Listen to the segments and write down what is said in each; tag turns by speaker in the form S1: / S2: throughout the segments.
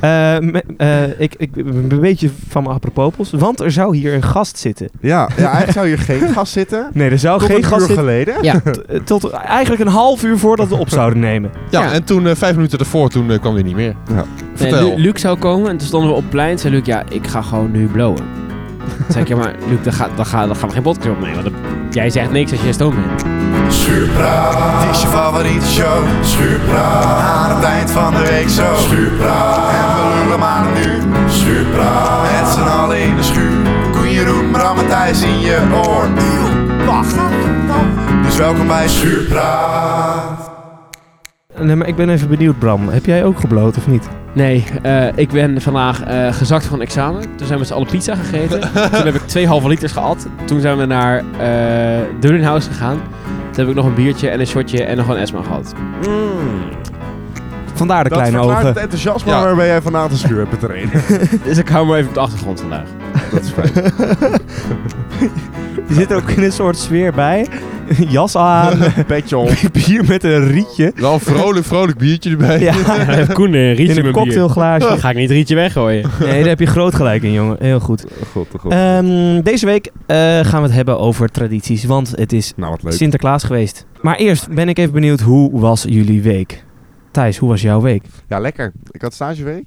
S1: Eh, me- eh, ik, ik ben een beetje van mijn apropos, want er zou hier een gast zitten.
S2: Ja, ja, eigenlijk zou hier geen gast zitten.
S1: Nee, er zou
S2: Tot
S1: Oh, geen
S2: een
S1: gast
S2: uur
S1: zitten
S2: geleden.
S3: Ja,
S1: t- tot eigenlijk een half uur voordat we op zouden nemen.
S4: Ja,
S3: Ja.
S4: en toen, eh, vijf minuten ervoor, toen eh, kwam hij niet meer.
S2: Ja.
S3: nee,
S4: Vertel.
S3: Lu- Luc zou komen en toen stonden we op het plein. Zei Luc, ja, ik ga gewoon nu blowen. Toen zei ik, ja, maar Luc, dan, ga, dan, ga, dan gaan we geen podcast opnemen. Want dan- jij zegt niks als je stom bent.
S5: Schuurpraat is je favoriete show. Schuurpraat aan het eind van de week zo. Schuurpraat en we lullen maar nu. Schuurpraat met z'n allen in de schuur. Koen Jeroen, Bram Matthijs in je oor. Eeuw, wacht. Dus welkom bij Schuurpraat.
S1: Nee, maar ik ben even benieuwd, Bram. Heb jij ook gebloot of niet?
S3: Nee, eh, ik ben vandaag eh, gezakt van examen. Toen zijn we met z'n allen pizza gegeten. toen heb ik twee halve liters gehad. Toen zijn we naar eh Dublin House gegaan. Toen heb ik nog een biertje en een shotje en nog een Esma gehad.
S1: Vandaar de
S2: Dat
S1: kleine
S2: verklaart het
S1: ogen.
S2: enthousiasme
S4: Ja.
S2: waarmee jij vanavond de schuur hebt betreden.
S3: Dus ik hou maar even op de achtergrond vandaag.
S2: Dat is fijn.
S1: Je zit ook in een soort sfeer bij. Jas aan,
S2: Petje op.
S1: bier met een rietje.
S4: Wel een vrolijk, vrolijk biertje erbij.
S1: Ja,
S3: Even Koen een rietje
S1: in een
S3: Dan
S1: cocktailglaasje.
S3: ga ik niet het rietje weggooien.
S1: Nee, daar heb je groot gelijk in, jongen. Heel goed.
S2: God, oh god.
S3: Eh.
S1: Ehm, deze week eh, gaan we het hebben over tradities, want het is
S2: nou, wat leuk.
S1: Sinterklaas geweest. Maar eerst ben ik even benieuwd, hoe was jullie week? Thijs, hoe was jouw week?
S2: Ja, lekker. Ik had stageweek.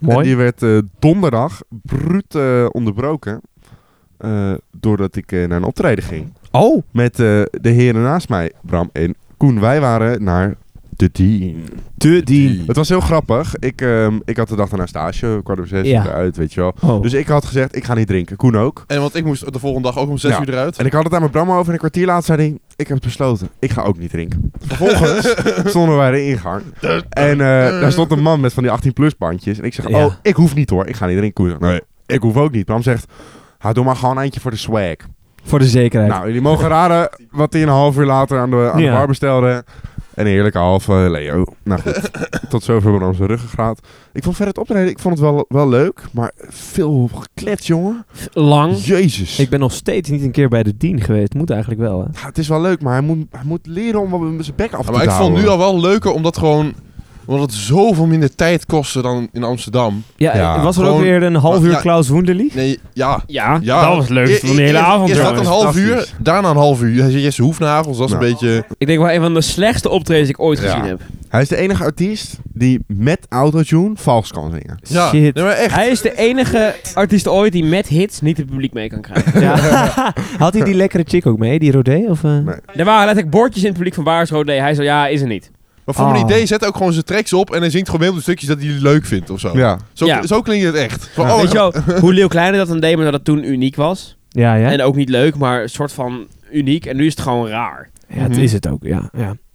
S2: En
S1: Mooi.
S2: die werd eh, donderdag bruut eh, onderbroken. eh, doordat ik eh, naar een optreden ging.
S1: Oh,
S2: Met eh, de heren naast mij, Bram en Koen. Wij waren naar de Dean.
S1: de dien.
S2: Het was heel grappig. Ik, ehm, ik had de dag daarna stage, kwart over zes
S1: Ja.
S2: eruit, weet je wel.
S1: Oh.
S2: Dus ik had gezegd, ik ga niet drinken. Koen ook.
S4: En want ik moest de volgende dag ook om zes
S2: Ja.
S4: uur eruit.
S2: En ik had het daar met Bram over en een kwartier later zei hij, ik heb het besloten. Ik ga ook niet drinken. Vervolgens stonden wij de ingang. En eh, daar stond een man met van die 18 plus bandjes. En ik zeg,
S1: Ja.
S2: oh, ik hoef niet hoor. Ik ga niet drinken. Koen zegt, nee, ik hoef ook niet. Bram zegt, ha, doe maar gewoon eentje voor de swag.
S1: Voor de zekerheid.
S2: Nou, jullie mogen raden wat hij een half uur later aan de, aan de
S1: Ja.
S2: bar bestelde. Een heerlijke halve Leo. Nou goed, tot zover van onze ruggengraat. Ik vond verder het optreden, ik vond het wel, wel leuk, maar veel geklets, jongen.
S3: Lang.
S2: Jezus.
S1: Hm? ik ben nog steeds niet een keer bij de dien geweest. Moet eigenlijk wel, hè?
S2: Ja, het is wel leuk, maar hij moet, hij moet leren om wat met zijn bek af te
S4: maar ik vond
S2: houden.
S4: nu al wel leuker, omdat gewoon omdat het zoveel minder tijd kostte dan in Amsterdam.
S1: Ja,
S2: Ja,
S1: was er ook
S4: gewoon-
S1: weer een half
S4: Maar-
S1: uur
S4: ja.
S1: Klaus Woenderlich?
S4: Nee, ja.
S3: Ja,
S4: ja. E-
S3: dat was het leukste van de hele
S4: Eerst-
S3: avond.
S4: Eerst dat
S3: jongens.
S4: een half uur,
S2: Fantastisch.
S4: daarna een half uur. Hij zei Jesse Hoefnagels, dat is
S2: Nou.
S4: een beetje...
S3: Ik denk wel een van de slechtste optredens die ik ooit
S2: Ja.
S3: gezien heb.
S2: Hij is de enige artiest die met autotune vals kan zingen.
S4: Ja,
S1: Shit.
S4: Nee, maar echt.
S3: Hij is de enige artiest ooit die met hits niet het publiek mee kan krijgen.
S1: Ja. Had hij die lekkere chick ook mee, die Rodé? Of, eh?
S2: Nee.
S3: Er waren letterlijk bordjes in het publiek van waar is Rodé. Hij zei, ja, is er niet.
S4: Maar voor mijn
S1: Ah.
S4: idee zet ook gewoon zijn tracks op en hij zingt gewoon heel veel stukjes dat hij leuk vindt of zo.
S2: Ja.
S4: Zo,
S3: Ja.
S4: zo klinkt het echt. Van,
S2: Ja.
S4: oh,
S3: Weet je wel, hoe Leeuw Kleine dat dan deed, maar dat het toen uniek was.
S1: Ja, ja.
S3: En ook niet leuk, maar een soort van uniek. En nu is het gewoon raar.
S1: ja.
S2: Mhm.
S1: Het is het ook, ja.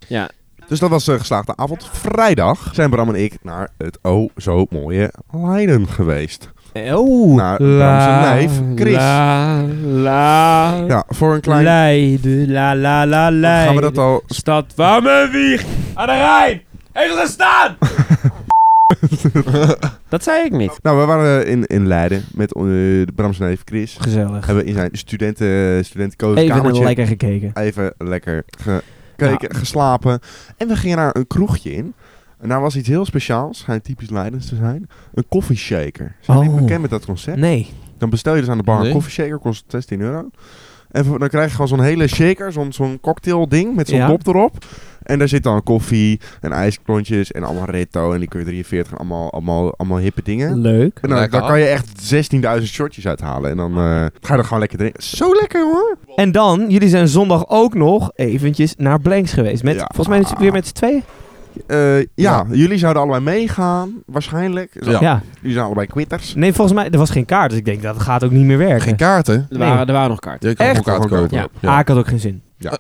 S1: ja.
S2: Dus dat was een geslaagde avond. Vrijdag zijn Bram en ik naar het oh zo mooie Leiden geweest.
S1: Oh,
S2: Nou, Bram zijn lijf, Chris.
S3: La, la,
S2: Ja, voor een klein...
S3: Leiden, la, la, la, Leiden.
S2: Gaan we dat al...
S3: Stad waar mijn wieg aan de Rijn heeft gestaan! dat zei ik niet.
S2: Nou, we waren in, in Leiden met eh, de Bram's neef Chris.
S1: gezellig.
S2: Hebben we in zijn studenten, studentenkozen
S1: Even
S2: kamertje
S1: een lekker gekeken.
S2: even lekker gekeken, geslapen. En we gingen naar een kroegje in. En daar was iets heel speciaals, schijnt typisch Leidens te zijn. Een koffieshaker. Zijn jullie
S1: Oh.
S2: bekend met dat concept?
S1: Nee.
S2: Dan bestel je dus aan de bar
S4: Nee.
S2: een koffieshaker, kost 16 euro. En voor- dan krijg je gewoon zo'n hele shaker, zo'n zo'n cocktail ding met zo'n
S1: Ja.
S2: dop erop. En daar zit dan koffie en ijsklontjes en allemaal retto en liqueur 43 en allemaal, allemaal, allemaal hippe dingen.
S1: Leuk.
S2: En dan,
S4: Lekker.
S2: dan kan je echt 16.000 shortjes uithalen. En dan eh, ga je er gewoon lekker drinken. Zo lekker hoor.
S1: En dan, jullie zijn zondag ook nog eventjes naar Blanks geweest. Met,
S2: Ja.
S1: Volgens mij is het weer met z'n tweeën.
S2: Eh, ja, jullie zouden allebei meegaan. Waarschijnlijk. Dus
S4: Ja.
S2: Jullie zijn allebei quitters.
S1: Nee, volgens mij, er was geen kaart. Dus ik denk, dat gaat ook niet meer werken.
S4: Geen kaarten.
S3: Er
S1: Nee.
S3: waren, er waren nog kaarten.
S4: Ja, je kan
S2: Echt?
S4: gewoon kaarten
S2: Gewoon
S4: kopen.
S3: kopen.
S4: Ja.
S1: Ah, ik had ook geen zin.
S2: Ja.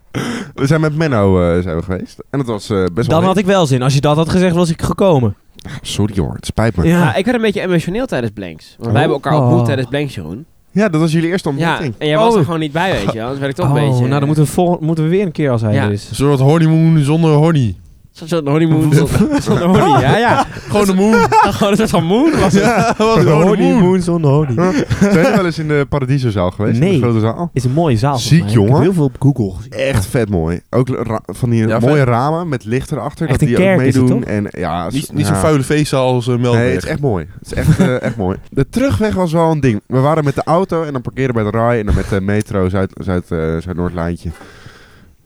S2: we zijn met Menno eh, zijn we geweest. En dat was eh, best wel...
S1: Dan had ik wel zin. Als je dat had gezegd, was ik gekomen.
S2: leuk. Sorry hoor, het spijt me. Ja,
S3: Ja, ik werd een beetje emotioneel tijdens Blanks. Want
S2: Oh.
S3: wij hebben elkaar ontmoet
S1: Oh.
S3: tijdens Blanks, Jeroen.
S2: dat was jullie eerste
S3: Ja,
S2: ontmoeting.
S3: en jij was
S1: Oh.
S3: er gewoon niet bij, weet je wel. Anders werd nou, ik
S1: oh,
S3: toch een beetje... eh.
S1: nou dan moeten we, vol- moeten we weer een keer als hij
S3: Ja.
S1: er is.
S4: Een soort honeymoon zonder honey.
S3: Zo'n soort honeymoon. zonder- Zonder
S1: Oh,
S3: honey, ja, ja. Gewoon een moon. Gewoon een soort van moon was het.
S4: Wat een honeymoon.
S1: zonder honing.
S2: Zijn jullie wel eens in de Paradiso-zaal geweest?
S1: Nee.
S2: De grote zaal?
S1: Is een mooie zaal. volgens
S2: Ziek,
S1: mij. Ik heb
S2: jongen.
S1: heel veel op Google gezien.
S2: Oh, Echt vet mooi. Ook ra- van die
S4: Ja,
S2: mooie
S4: vet.
S2: ramen met licht erachter.
S1: Echt
S2: dat die
S1: een
S2: ook
S1: kerk is het,
S2: meedoen.
S1: toch?
S2: en, ja,
S4: Niet,
S2: zo-
S4: niet
S2: ja.
S4: zo'n vuile feestzaal als uh, Melkweg.
S2: Nee, het is echt mooi. Het is echt, eh, echt mooi. De terugweg was wel een ding. We waren met de auto en dan parkeren bij de RAI en dan met de metro Zuid, Zuid, eh, Zuid-Noordlijntje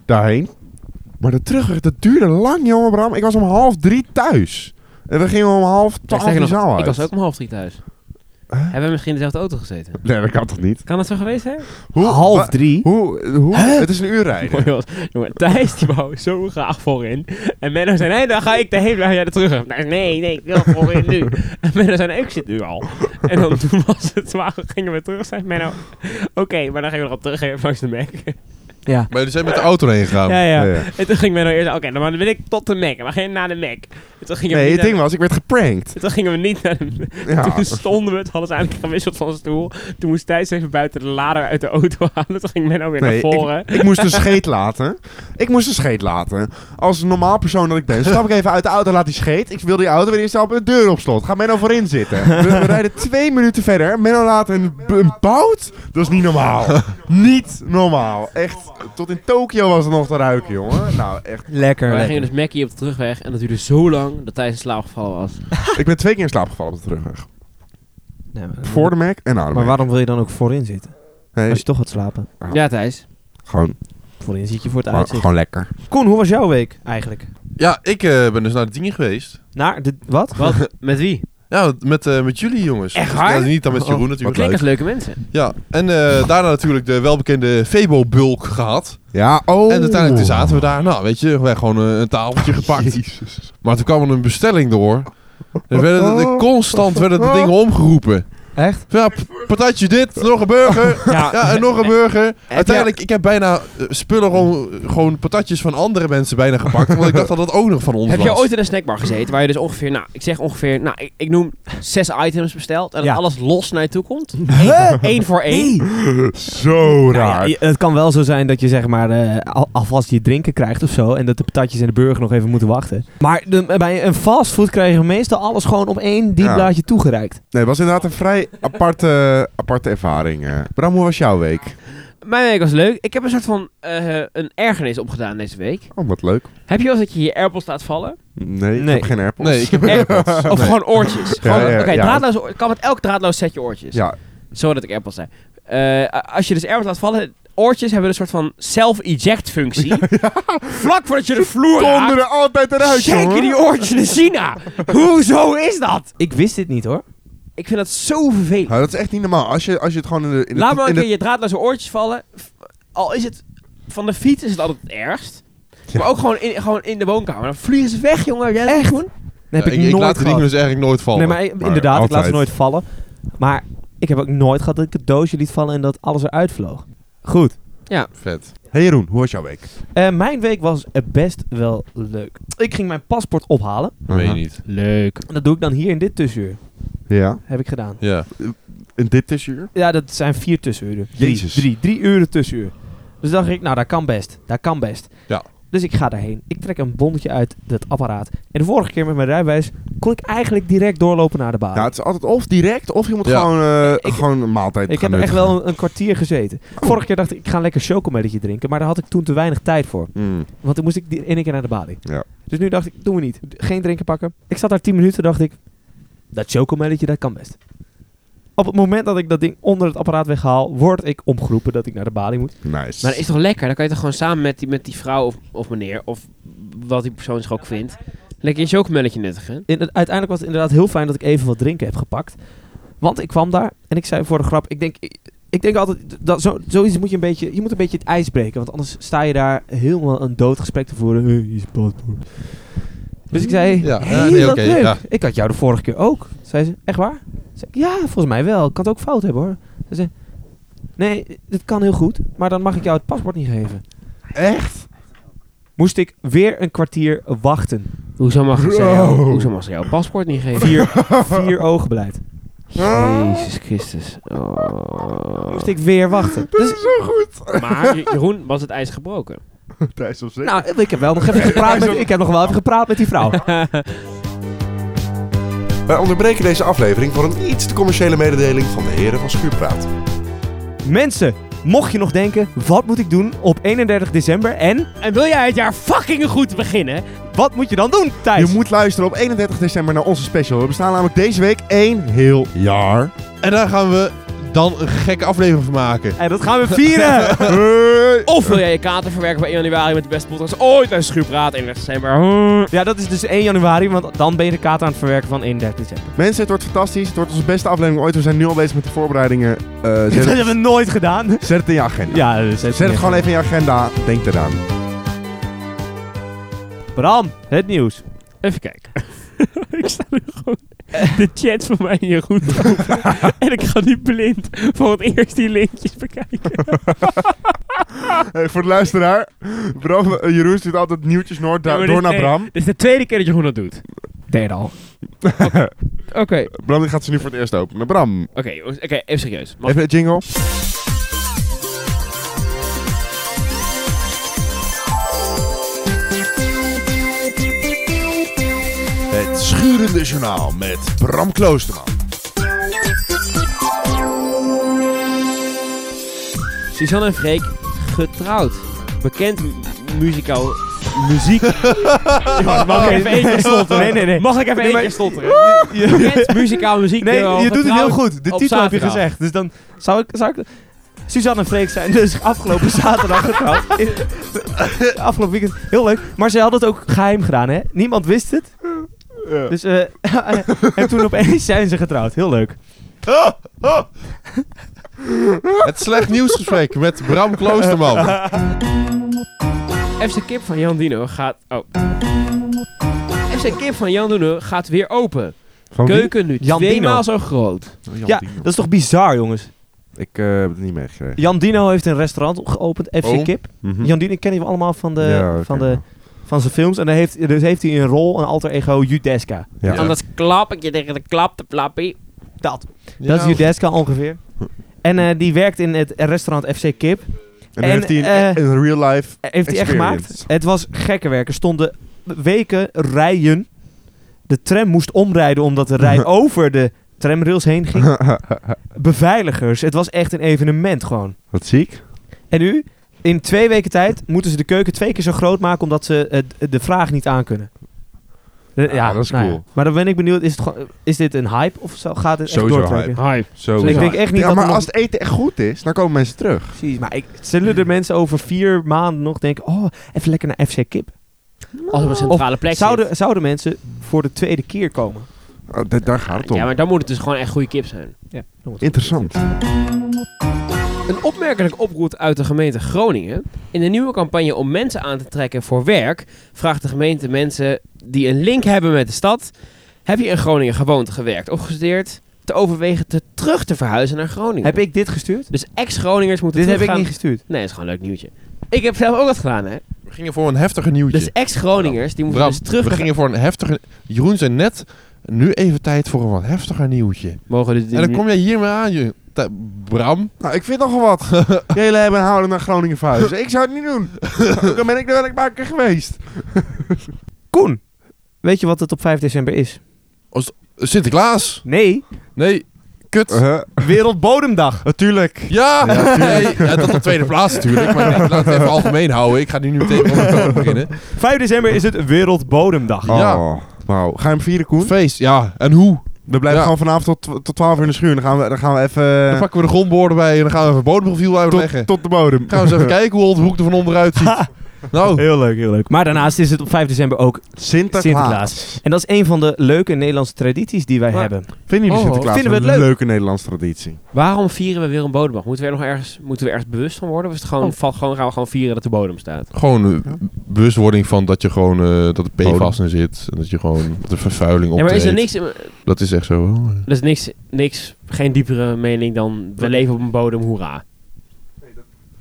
S2: daarheen. Maar de terugweg, dat duurde lang, jongen Bram. Ik was om half drie thuis. En we gingen om half
S3: Ja,
S2: twaalf
S3: sterker
S2: de
S3: nog,
S2: zaal uit.
S3: ik was ook om half drie thuis. Hebben we misschien in dezelfde auto gezeten?
S2: Nee, dat kan toch niet?
S3: Kan dat zo geweest zijn?
S2: Hoe,
S1: Half
S2: wa-
S1: drie.
S2: Hoe, hoe? Het is een uur rijden.
S3: Mooi was. Jongen, Thijs die wou zo graag voorin. En Menno zei, nee, dan ga ik de hele dag naar de terug. Nee, nee, nee, ik wil voorin nu. En Menno zei, nee, ik zit nu al. En dan toen was het zwaar, gingen we terug. Zei Menno, oké, maar dan gaan we nog op terug langs de Mac.
S1: Ja.
S4: Maar jullie zijn met de auto heen gegaan.
S3: Ja, ja.
S2: Oh, Ja, ja.
S3: En toen ging Menno eerst, oké, dan maar dan ben ik tot de Mac. We gaan naar de Mac. En toen gingen we
S2: Nee,
S3: niet
S2: het ding
S3: naar-
S2: was, ik werd geprankt.
S3: en Toen gingen we niet naar de
S2: Ja.
S3: Toen stonden we, het hadden ze eigenlijk gewisseld van stoel. Toen moest Thijs even buiten de lader uit de auto halen. Toen ging Menno weer
S2: Nee,
S3: naar voren.
S2: ik, ik moest een scheet laten. Ik moest een scheet laten. Als een normaal persoon dat ik ben, stap ik even uit de auto, laat die scheet. Ik wil die auto weer instappen, de deur op slot. Ga Menno voorin zitten. We, we rijden twee minuten verder. Menno laat een, b- een bout. Dat is niet normaal. niet normaal. Echt, tot in Tokio was het nog te ruiken, jongen. Nou, echt.
S1: Lekker.
S3: Maar
S1: lekker.
S3: wij gingen dus Mackie op de terugweg en dat duurde zo lang dat Thijs in slaap gevallen was.
S2: Ik ben twee keer in slaap gevallen op de terugweg.
S3: dus-
S1: Nee, maar-
S2: Voor de Mac en na de
S1: Maar
S2: Mac.
S1: waarom wil je dan ook voorin zitten?
S2: Nee,
S1: Als je toch gaat slapen.
S3: Ja, Thijs.
S2: gewoon,
S1: Voorin zit je voor het
S2: maar,
S1: uitzicht.
S2: gewoon lekker.
S1: Koen, hoe was jouw week eigenlijk?
S4: Ja, ik eh, ben dus naar de dingen geweest.
S1: Naar de... Wat?
S3: Wat? Met wie?
S4: Ja, met, eh, met jullie jongens.
S3: Echt
S4: Dus,
S3: waar? Oh,
S4: ja, niet dan met Jeroen
S3: We
S4: natuurlijk.
S3: klinken als leuke mensen.
S4: Ja, en eh, daarna natuurlijk de welbekende Febo-bulk gehad.
S2: Ja, oh.
S4: En uiteindelijk toen zaten we daar. Nou, weet je, wij gewoon eh, een tafeltje gepakt.
S2: Jezus.
S4: Maar toen kwam er een bestelling door. Er werden, de- constant werden de dingen omgeroepen.
S1: Echt?
S4: Ja, p- patatje dit, nog een burger.
S1: Ja.
S4: Ja, en nog een burger. Uiteindelijk, ik heb bijna eh, spullen gewoon, gewoon patatjes van andere mensen bijna gepakt. Want ik dacht dat dat ook nog van ons
S3: Heb
S4: was.
S3: je ooit in een snackbar gezeten waar je dus ongeveer, nou, ik zeg ongeveer, nou, ik, ik noem zes items besteld en dat
S1: Ja.
S3: alles los naar je toe komt?
S1: Hè?
S3: Eén voor één.
S1: Hey.
S2: Zo
S1: Nou ja,
S2: raar.
S1: je- het kan wel zo zijn dat je zeg maar eh, al- alvast je drinken krijgt of zo. En dat de patatjes en de burger nog even moeten wachten. Maar de- bij een fastfood krijgen we meestal alles gewoon op één
S2: Ja.
S1: dienblaadje toegereikt.
S2: Nee, het was inderdaad een vrij aparte, aparte ervaring. eh. Bram, hoe was jouw week?
S3: Mijn week was leuk. Ik heb een soort van eh, een ergernis opgedaan deze week.
S2: Oh, wat leuk.
S3: Heb je wel eens dat je je airpods laat vallen?
S2: Nee, ik
S1: Nee.
S2: heb geen airpods.
S4: Nee, ik heb
S3: Airpods. Of gewoon oortjes.
S2: Ja,
S3: Gewoon, Oké,
S2: ja, ja.
S3: draadloze oor- kan met elk draadloos setje oortjes.
S2: Ja,
S3: Sorry dat ik AirPods zei. Eh, als je dus AirPods laat vallen, oortjes hebben een soort van self-eject functie. Vlak voordat je de vloer raakt,
S2: donderen altijd eruit,
S3: check je
S2: jongen.
S3: die oortjes in China. Hoezo is dat?
S1: Ik wist dit niet hoor.
S3: Ik vind dat zo vervelend.
S2: Nou, dat is echt niet normaal. Als je, als je het gewoon in de... In de-
S3: Laat maar een
S2: in de-
S3: keer je draadloze oortjes vallen. F- Al is het van de fiets is het altijd het ergst. Maar ook gewoon in, gewoon in de woonkamer. Dan vliegen ze weg, jongen. Jij Echt? Doen?
S1: Dat heb
S4: Ja,
S1: ik, nooit
S4: laat de
S1: gehad.
S4: dingen dus eigenlijk nooit vallen.
S1: Nee, maar ik-
S2: Maar
S1: inderdaad, ik laat ze
S2: altijd.
S1: nooit vallen. Maar ik heb ook nooit gehad dat ik het doosje liet vallen en dat alles eruit vloog. Goed.
S4: Vet.
S2: Hey Jeroen, hoe was jouw week?
S1: Eh, mijn week was eh, best wel leuk. Ik ging mijn paspoort ophalen.
S4: Dat weet je niet.
S3: Leuk.
S1: En dat doe ik dan hier in dit tussenuur.
S2: Ja.
S1: Heb ik gedaan.
S4: Ja.
S2: En dit tussenuur?
S1: Ja, dat zijn vier tussenuren. Drie,
S2: Jezus.
S1: Drie, drie uren tussenuur. Dus dacht ik, nou, dat kan best. Dat kan best.
S4: Ja.
S1: Dus ik ga daarheen. Ik trek een bonnetje uit dat apparaat. En de vorige keer met mijn rijbewijs kon ik eigenlijk direct doorlopen naar de baan.
S2: Nou, het is altijd of direct, of je moet
S4: Ja.
S2: gewoon, eh,
S1: Ik-
S2: gewoon een maaltijd
S1: ik
S2: gaan
S1: heb er echt
S2: nuttigen.
S1: wel een, een kwartier gezeten. Vorige keer dacht ik, ik ga een lekker chocomelletje drinken. Maar daar had ik toen te weinig tijd voor.
S2: Mm.
S1: Want toen moest ik die- in één keer naar de balie.
S2: Ja.
S1: Dus nu dacht ik, doen we niet. Geen drinken pakken. Ik zat daar 10 minuten, dacht ik, dat chocomelletje, dat kan best. Op het moment dat ik dat ding onder het apparaat weghaal, word ik omgeroepen dat ik naar de balie moet.
S2: Nice.
S3: Maar dat is toch lekker? Dan kan je toch gewoon samen met die, met die vrouw of, of meneer, of wat die persoon zich ook vindt, lekker je chocomelletje nuttigen.
S1: In, uiteindelijk was het inderdaad heel fijn dat ik even wat drinken heb gepakt. Want ik kwam daar en ik zei voor de grap, ik denk, ik, ik denk altijd, dat zo, zoiets moet je een beetje, je moet een beetje het ijs breken. Want anders sta je daar helemaal een dood gesprek te voeren. Hé, hier is het paspoort. Dus ik zei,
S4: Ja,
S1: ja,
S4: ja, nee, oké,
S1: leuk.
S4: ja.
S1: Ik had jou de vorige keer ook. Zei ze, echt waar? Zei ik, ja, volgens mij wel. Ik kan het ook fout hebben hoor. Ze zei, nee, dit kan heel goed. Maar dan mag ik jou het paspoort niet geven.
S2: echt?
S1: Moest ik weer een kwartier wachten.
S3: Hoezo mag ze
S2: Bro.
S3: jou, hoezo mag ze jouw paspoort niet geven?
S1: Vier, vier ogen beleid.
S3: Jezus Christus. Oh.
S1: Moest ik weer wachten. Dus
S3: Maar Jeroen was het ijs gebroken.
S2: Thijs of zeker.
S1: Nou, ik heb, wel nog even gepraat met, ik heb nog wel even gepraat met die vrouw.
S5: Wij onderbreken deze aflevering voor een iets te commerciële mededeling van de heren van Schuurpraat.
S1: Mensen, mocht je nog denken, wat moet ik doen op 31 december en
S3: En wil jij het jaar fucking goed beginnen?
S1: wat moet je dan doen, Thijs?
S2: Je moet luisteren op 31 december naar onze special. We bestaan namelijk deze week één heel jaar.
S4: En daar gaan we dan een gekke aflevering van maken.
S1: En dat gaan we vieren!
S2: Hey.
S3: Of wil jij je kaarten verwerken bij 1 januari met de beste podcast ooit naar Schuurpraat 31 december?
S1: ja, dat is dus 1 januari, want dan ben je de kaart aan het verwerken van 31 december.
S2: Mensen, het wordt fantastisch. Het wordt onze beste aflevering ooit. We zijn nu al bezig met de voorbereidingen. Eh,
S1: Dat
S2: zet, het,
S1: hebben we nooit gedaan.
S2: zet het in je agenda.
S1: Ja, dus
S2: Zet het gewoon even in je agenda. Denk eraan.
S1: Bram, het nieuws.
S3: Even kijken. ik sta nu gewoon de chat van mij hier goed open. en ik ga nu blind voor het eerst die linkjes bekijken.
S2: Hey, voor de luisteraar. Bram, eh, Jeroen stuurt altijd nieuwtjes noord-
S3: Ja, maar
S2: door
S3: dit-
S2: naar
S3: nee,
S2: Bram.
S3: Dit is de tweede keer dat Jeroen dat doet. Derde al. Oké, oké,
S2: Bram die gaat ze nu voor het eerst openen. Bram,
S3: oké, jongens, oké, even serieus. Mag-
S2: even een jingle.
S5: Het Schurende Journaal met Bram Kloosterman.
S3: Suzanne en Freek getrouwd. Bekend mu- muzikaal muziek. Ja, mag ik even eentje stotteren?
S1: Nee, nee, nee.
S3: Mag ik even
S1: Nee, maar-
S3: eentje stotteren? Bekend muzikaal muziek.
S1: Nee,
S3: duo,
S1: je doet het heel
S3: getrouwd
S1: goed. De
S3: op
S1: titel heb je
S3: zaterdag.
S1: gezegd. Dus dan zou ik... Zou ik Suzanne en Freek zijn dus afgelopen zaterdag getrouwd. In- afgelopen weekend. Heel leuk. Maar ze hadden het ook geheim gedaan, hè? Niemand wist het. Dus, eh, en toen opeens zijn ze getrouwd. Heel leuk.
S4: Het slecht nieuwsgesprek met Bram Kloosterman.
S3: FC Kip van Jan Dino gaat... Oh. FC Kip van Jan Dino gaat weer open.
S2: Van wie?
S3: Keuken nu
S1: Jan Dino.
S3: tweemaal zo groot.
S2: Jan
S1: Ja,
S2: Dino.
S1: dat is toch bizar, jongens?
S2: Ik eh, heb het niet meegekregen.
S1: Jan Dino heeft een restaurant geopend, FC
S4: Oh.
S1: Kip.
S2: Mhm.
S1: Jan Dino kennen we allemaal van, de,
S2: Ja, oké.
S1: van, de, van zijn films. En dan heeft, dus heeft hij een rol, een alter ego, Judeska.
S2: Ja.
S3: Anders klap ik je tegen de klap de plappie.
S1: Dat.
S4: Nou,
S1: Dat is Judeska ongeveer. En eh, die werkt in het restaurant FC Kip.
S2: En, dan
S1: En,
S2: heeft hij een,
S1: eh,
S2: een real life.
S1: Heeft hij echt
S2: Experience.
S1: gemaakt. Het was gekke werk. Er stonden weken rijen. De tram moest omrijden omdat de rij over de tramrails heen ging. Beveiligers. Het was echt een evenement gewoon.
S2: Wat ziek.
S1: En nu, in twee weken tijd, moeten ze de keuken twee keer zo groot maken omdat ze eh, d- de vraag niet aankunnen. Eh, De-
S2: Ah, dat is cool.
S1: Maar dan ben ik benieuwd, is, het gewoon- is dit een hype of zo? gaat het echt
S2: Sowieso
S1: doortrekken? Dus
S3: Hi.
S2: Zo.
S1: Ik denk echt niet
S2: Ja,
S1: dat er
S2: maar
S1: nog-
S2: als het eten echt goed is, dan komen mensen terug.
S1: Precies, maar ik, zullen er mensen over vier maanden nog denken, oh, even lekker naar FC Kip.
S3: Als op een centrale plek
S1: Zouden, zouden mensen voor de tweede keer komen?
S2: Oh, da- daar gaat het
S3: zit.
S2: om.
S3: Ja, maar dan moet het dus gewoon echt goede kip zijn.
S1: Ja,
S2: Interessant.
S3: Een opmerkelijk oproep uit de gemeente Groningen. In de nieuwe campagne om mensen aan te trekken voor werk vraagt de gemeente mensen die een link hebben met de stad: Heb je in Groningen gewoond, gewerkt of gestudeerd? te overwegen te terug te verhuizen naar Groningen.
S1: Heb ik dit gestuurd?
S3: Dus ex-Groningers moeten
S1: Dit heb ik
S3: teruggaan-
S1: niet gestuurd.
S3: Nee, dat is gewoon een leuk nieuwtje. Ik heb zelf ook wat gedaan, hè?
S4: We gingen voor een heftiger nieuwtje.
S3: Dus ex-Groningers die moeten
S4: Bram,
S3: dus terug.
S4: we gingen voor een heftiger... Jeroen zei net, nu even tijd voor een wat heftiger nieuwtje.
S3: Mogen dit
S4: En dan kom jij hiermee aan, je... Ta- Bram.
S2: Nou, ik vind nogal wat. Jullie hebben een houden naar Groningen verhuizen. Ik zou het niet doen. dan ben ik er wel een paar keer geweest.
S1: Koen, weet je wat het op 5 december is?
S4: Sinterklaas.
S1: Nee,
S4: Nee, kut.
S1: Wereldbodemdag.
S2: Natuurlijk.
S4: Uh-huh. Ja, nee, ja, dat op tweede plaats natuurlijk. Maar ik laat het even algemeen houden. Ik ga nu niet meteen weer opnieuw beginnen.
S1: 5 december is het Wereldbodemdag.
S2: Oh,
S4: Ja.
S2: Wauw. Ga je hem vieren, Koen?
S4: Feest, ja. En hoe?
S2: We blijven
S4: Ja.
S2: gewoon vanavond tot, twa- tot 12 uur in de schuur. Dan gaan we, dan gaan we
S4: Dan
S2: even eh,
S4: pakken we de grondborden bij en dan gaan we even een bodemprofiel uitleggen.
S2: tot, tot de bodem.
S4: Gaan we eens even kijken hoe onze hoek er van onderuit ziet. Nou,
S1: Heel leuk, heel leuk. Maar daarnaast is het op 5 december ook
S2: Sinterklaas.
S1: Sinterklaas. En dat is een van de leuke Nederlandse tradities die wij
S3: Maar-
S1: hebben.
S2: Vinden jullie
S3: Oh,
S2: Sinterklaas
S1: vinden we
S2: een
S1: het leuk?
S2: leuke Nederlandse traditie?
S3: Waarom vieren we weer een bodemdag? Moeten we er nog ergens, moeten we ergens bewust van worden? Of is het gewoon, valt gewoon, gaan we gewoon vieren dat de bodem staat?
S4: gewoon eh, bewustwording van dat je gewoon eh, dat de PFAS in zit. En dat je gewoon dat de vervuiling
S3: Ja,
S4: optreedt.
S3: maar is er niks, in-
S4: Dat is echt zo. hoor.
S3: er is niks, niks, geen diepere mening dan we leven op een bodem, hoera.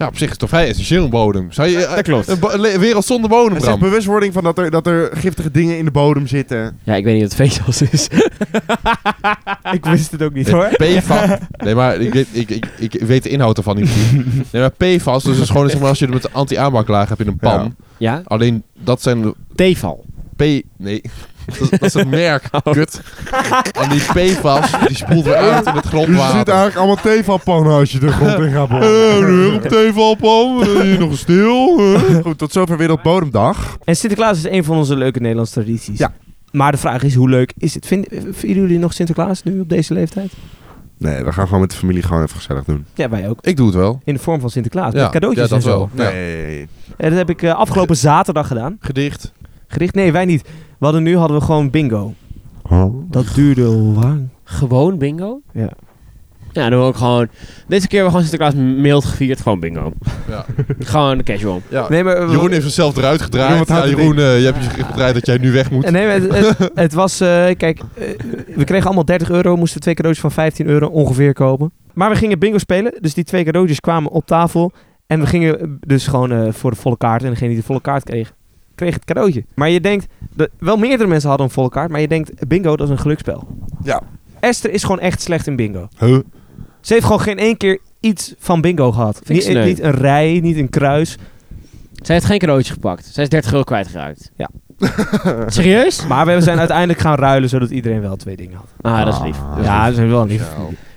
S4: Ja, op zich is het toch vrij essentieel een bodem. Zou je, eh,
S2: Dat klopt.
S4: Een, bo- le- wereld zonder bodem,
S2: Er zegt
S4: Bram.
S2: bewustwording van dat er, dat er giftige dingen in de bodem zitten.
S3: Ja, ik weet niet wat vezels is.
S1: Ik wist het ook niet hoor.
S4: Eh, PFAS. Nee, maar ik weet, ik, ik, ik weet de inhoud ervan niet. precies. Nee, maar PFAS, dus het is gewoon zeg maar, als je het met de anti-aanbaklaag hebt in een pan.
S3: ja?
S4: Alleen, dat zijn de
S3: Teval.
S4: P... Nee. Dat, dat is het merk. Kut. En die PFAS, die spoelt weer uit
S2: Dus er
S4: in het
S2: zit
S4: grondwater.
S2: eigenlijk allemaal tefalpannen als je de grond in Eh, gaat boren.
S4: Eh, op tevalpan. Hier nog stil.
S2: eh. Goed, tot zover Wereldbodemdag.
S1: En Sinterklaas is een van onze leuke Nederlandse tradities.
S2: Ja.
S1: Maar de vraag is, hoe leuk is het? Vinden, vinden jullie nog Sinterklaas nu op deze leeftijd?
S2: Nee, we gaan gewoon met de familie gewoon even gezellig doen.
S1: Ja, wij ook.
S4: Ik doe het wel.
S1: In de vorm van Sinterklaas.
S4: Ja,
S1: met cadeautjes
S4: ja, dat
S1: en zo.
S4: wel. Ja.
S2: Nee.
S1: En dat heb ik eh, afgelopen zaterdag gedaan.
S4: Gedicht.
S1: Gericht? Nee, wij niet. We hadden nu hadden we gewoon bingo. Dat duurde lang.
S3: Gewoon bingo?
S1: Ja.
S3: Ja, dan doen we ook gewoon... Deze keer hebben we gewoon Sinterklaas mild gevierd. Gewoon bingo.
S4: Ja.
S3: gewoon casual.
S4: Ja.
S1: Nee, maar, we-
S4: Jeroen heeft zichzelf eruit gedraaid.
S2: Ja,
S4: Ja,
S2: wat houdt het
S4: Jeroen, eh, je hebt je gedraaid dat jij nu weg moet.
S1: Eh, nee, maar het, het, het was... eh, kijk, eh, we kregen allemaal 30 euro. Moesten we twee cadeautjes van 15 euro ongeveer kopen. Maar we gingen bingo spelen. Dus die twee cadeautjes kwamen op tafel. En we gingen eh, dus gewoon eh, voor de volle kaart. En degene die de volle kaart kreeg, kreeg het cadeautje. Maar je denkt... dat- wel meerdere mensen hadden een volle kaart. Maar je denkt, bingo, dat is een geluksspel.
S2: Ja.
S1: Esther is gewoon echt slecht in bingo.
S2: Huh?
S1: Ze heeft gewoon geen één keer iets van bingo gehad.
S3: ik
S1: Niet,
S3: sneu.
S1: niet een rij, niet een kruis.
S3: Zij heeft geen cadeautje gepakt. Zij is 30 euro kwijtgeraakt.
S1: Ja.
S3: Serieus?
S1: Maar we zijn uiteindelijk gaan ruilen, zodat iedereen wel twee dingen had.
S3: Ah, dat is lief.
S1: Ja, dat is wel lief.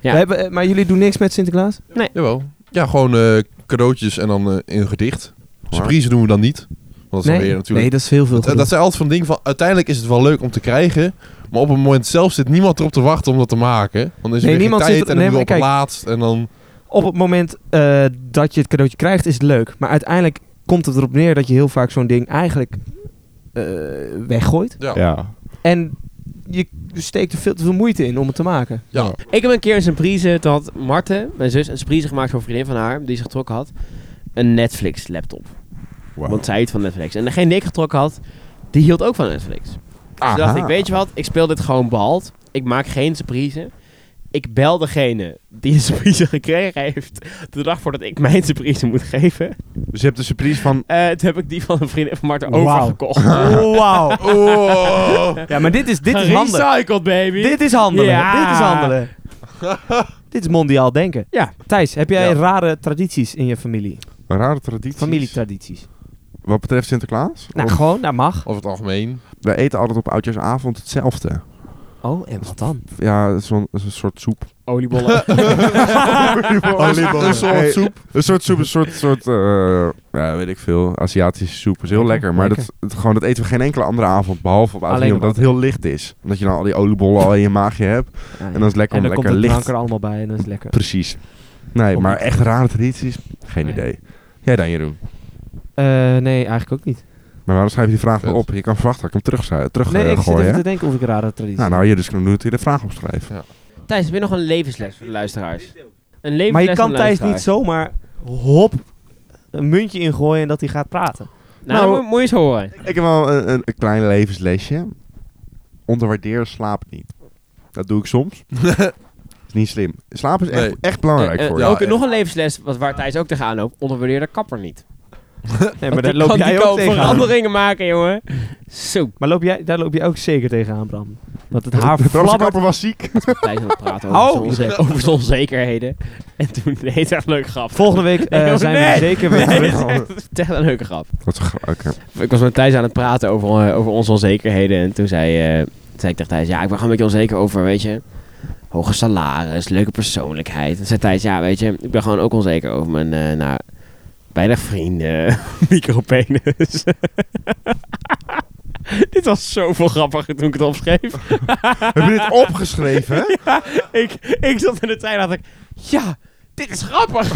S3: Ja.
S1: We hebben, eh, maar jullie doen niks met Sinterklaas?
S4: Jawel. Ja, gewoon eh, cadeautjes en dan eh, in een gedicht. Surprise doen we dan niet. Want dat is dan weer natuurlijk...
S1: nee, dat is heel veel.
S4: dat, dat zijn altijd van dingen van... Uiteindelijk is het wel leuk om te krijgen. Maar op het moment zelf zit niemand erop te wachten om dat te maken. Want dan is er
S1: Nee,
S4: weer geen
S1: niemand
S4: tijd
S1: zit-
S4: en
S1: nee,
S4: dan moet
S1: maar
S4: je op het
S1: kijk.
S4: laatst. En dan...
S1: Op het moment eh, dat je het cadeautje krijgt, is het leuk. Maar uiteindelijk komt het erop neer dat je heel vaak zo'n ding eigenlijk eh, weggooit.
S4: Ja.
S2: Ja.
S1: En je steekt er veel te veel moeite in om het te maken.
S4: Ja.
S3: Ik heb een keer een surprise. Toen had Marten, mijn zus, een surprise gemaakt voor een vriendin van haar. Die ze getrokken had. Een Netflix laptop. Want zij hield van Netflix. En degene die ik getrokken had, die hield ook van Netflix. Dus dacht ik, weet je wat? Ik speel dit gewoon bald. Ik maak geen surprise. Ik bel degene die een surprise gekregen heeft de dag voordat ik mijn surprise moet geven.
S2: Dus je hebt de surprise van...
S3: Eh, toen heb ik die van een vriendin van Marten
S1: Wauw.
S3: overgekocht.
S1: Wauw.
S4: Oh.
S1: Ja, maar dit is, dit is handig.
S3: Recycled, baby.
S1: Dit is handelen.
S3: Ja.
S1: Dit is handelen. dit is mondiaal denken.
S3: Ja.
S1: Thijs, heb jij
S4: Ja.
S1: rare tradities in je familie?
S2: Een rare traditie.
S1: Familietradities?
S2: Wat betreft Sinterklaas?
S1: Nou,
S2: Of-
S1: gewoon, nou mag.
S4: Over het algemeen.
S2: Wij eten altijd op Oudjaarsavond hetzelfde.
S1: Oh, en wat dan?
S2: Ja, zo'n zo'n soort soep.
S3: Oliebollen.
S2: Oliebollen.
S4: Een soort
S2: Hey.
S4: soep.
S2: Een soort soep, een soort, soort eh, ja, weet ik veel, Aziatische soep. is heel lekker, maar dat, het- gewoon, dat eten we geen enkele andere avond, behalve op avond,
S1: Alleen
S2: omdat
S1: op
S2: het heel licht is. Omdat je dan al die oliebollen al in je maagje hebt. En dan is het lekker
S1: en
S2: om
S1: dan komt
S2: lekker
S1: het drank
S2: licht.
S1: er allemaal bij en dat is lekker.
S2: Precies. Nee,
S1: Om-
S2: maar echt rare tradities? Geen
S1: Nee.
S2: idee. Jij dan, Jeroen.
S1: Eh, nee, eigenlijk ook niet.
S2: Maar waarom schrijf je die vraag weer
S4: Vet.
S2: op? Je kan verwachten dat ik hem terug, zou- terug
S1: Nee,
S2: eh,
S1: ik zit
S2: gooi,
S1: even
S2: hè?
S1: te denken of ik rare tradities
S2: Nou, nou, je dus kan doen dat je de vraag opschrijft.
S3: Thijs, heb je nog een levensles voor de luisteraars? Een levensles
S1: heb. Maar je
S3: voor
S1: kan
S3: de
S1: Thijs niet
S3: luisteraars.
S1: zomaar hop een muntje ingooien en dat hij gaat praten.
S3: Nou,
S2: Nou,
S3: moet- moet je eens horen.
S2: Ik heb wel een, een, een klein levenslesje. Onderwaardeer slaap niet. Dat doe ik soms. is niet slim. Slaap is echt,
S4: Nee.
S2: echt belangrijk
S3: Eh, eh,
S2: voor
S4: ja.
S2: je.
S3: ook nog een levensles wat, waar Thijs ook tegenaan loopt. Onderwaardeer de kapper niet.
S1: Nee, maar daar
S3: Die
S1: loop
S3: kan- die
S1: jij
S3: kan
S1: ook tegenaan.
S3: veranderingen maken, jongen. Zo.
S1: Maar loop jij, daar loop jij ook zeker tegenaan, Bram. Want het haar
S2: De Bramse
S1: flabbert
S2: kapper was ziek.
S3: Thijs aan het praten
S1: Oh.
S3: over, zijn onze- over zijn onzekerheden. En toen deed hij echt een leuke grap.
S1: Volgende week eh,
S3: Nee,
S1: zijn
S3: nee.
S1: we zeker weer
S3: Nee.
S1: terug.
S3: Het is echt een leuke grap.
S2: Wat een grap. Oké.
S3: Ik was met Thijs aan het praten over, eh, over onze onzekerheden. En toen zei, eh, zei ik tegen Thijs, ja, ik ben gewoon een beetje onzeker over, weet je. Hoge salaris, leuke persoonlijkheid. En zei Thijs, ja, weet je, ik ben gewoon ook onzeker over mijn, eh nou, weinig vrienden, micropenis. Dit was zoveel grappiger toen ik het opschreef.
S2: Heb je dit opgeschreven?
S3: ik, ik zat in de trein en dacht ik, ja, dit is grappig.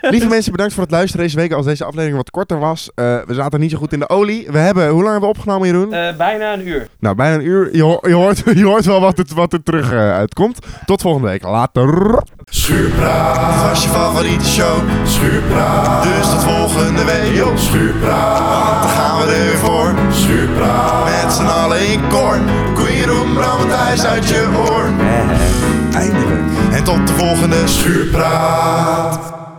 S2: Lieve mensen, bedankt voor het luisteren deze week. Als deze aflevering wat korter was. eh, we zaten niet zo goed in de olie. We hebben, hoe lang hebben we opgenomen, Jeroen?
S1: Eh, bijna een uur.
S2: Nou, bijna een uur. Je, ho- je, hoort, je hoort wel wat, het, wat er terug eh, uitkomt. Tot volgende week. Later.
S5: Schuurpraat Dit was je favoriete show Schuurpraat Dus tot volgende week yo. Schuurpraat Want dan gaan we er weer voor Schuurpraat Met z'n allen in koor Koen Jeroen, Bram en Thijs uit je oor Eindelijk En tot de volgende Schuurpraat